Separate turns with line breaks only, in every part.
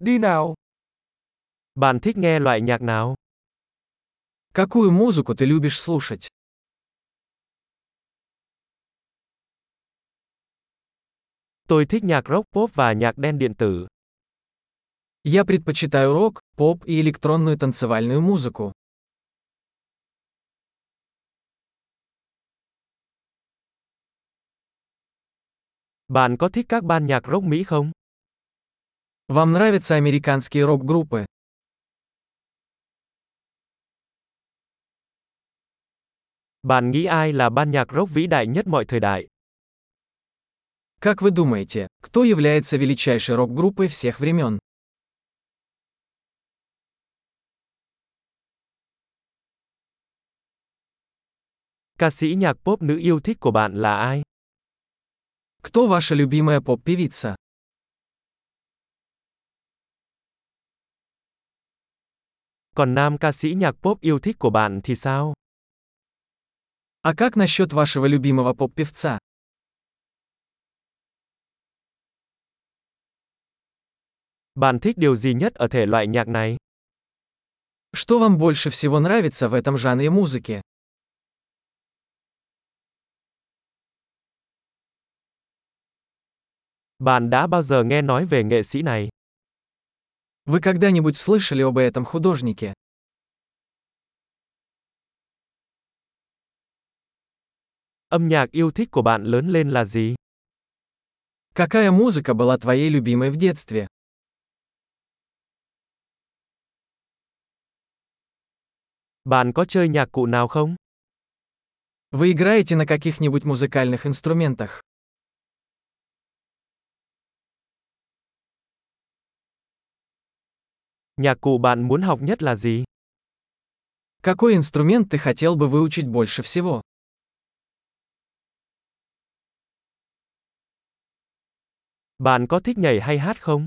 đi nào.
Bạn thích nghe loại nhạc nào?
Какую музыку ты любишь слушать?
Tôi thích nhạc rock pop và nhạc đen điện tử.
Я предпочитаю рок, поп и электронную танцевальную музыку.
Bạn có thích các ban nhạc rock Mỹ không?
Вам нравятся американские рок-группы?
Bạn nghĩ ai là ban nhạc rock vĩ đại nhất mọi thời đại?
Как вы думаете, кто является величайшей рок-группой всех времен?
Ca sĩ nhạc pop nữ yêu thích của bạn là ai?
Кто ваша любимая поп-певица?
Còn nam ca sĩ nhạc pop yêu thích của bạn thì sao?
А как насчет вашего любимого поп-певца?
Bạn thích điều gì nhất ở thể loại nhạc này?
Что вам больше всего нравится в этом жанре музыки?
Bạn đã bao giờ nghe nói về nghệ sĩ này?
Вы когда-нибудь слышали об этом художнике?
Âm nhạc yêu thích của bạn lớn lên là gì?
Какая музыка была твоей любимой в детстве?
Bạn có chơi nhạc cụ nào không?
Вы играете на каких-нибудь музыкальных инструментах?
Nhạc cụ bạn muốn học nhất là gì?
Какой инструмент ты хотел бы выучить больше всего?
Bạn có thích nhảy hay hát không?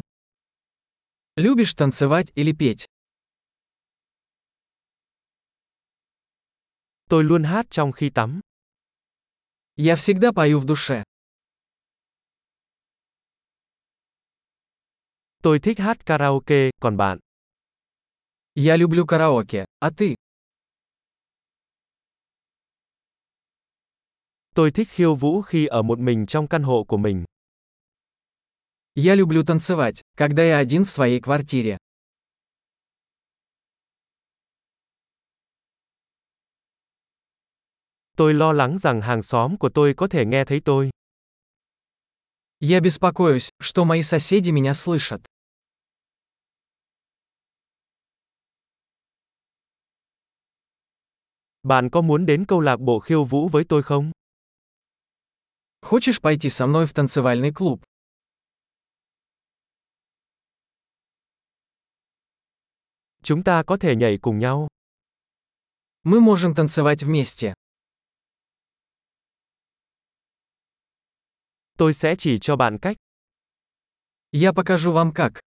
Любишь танцевать или петь?
Tôi luôn hát trong khi tắm.
Я всегда пою в душе.
Tôi thích hát karaoke, còn bạn?
Я люблю караоке, а ты?
Tôi thích khiêu vũ khi ở một mình trong căn hộ của mình.
Я люблю танцевать, когда я один в своей квартире.
Tôi lo lắng rằng hàng xóm của tôi có thể nghe thấy tôi.
Я беспокоюсь, что мои соседи меня слышат.
Bạn có muốn đến câu lạc bộ khiêu vũ với tôi không?
Хочешь пойти со мной в танцевальный клуб?
Chúng ta có thể nhảy cùng nhau.
Мы можем танцевать вместе.
Tôi sẽ chỉ cho bạn cách.
Я покажу вам как.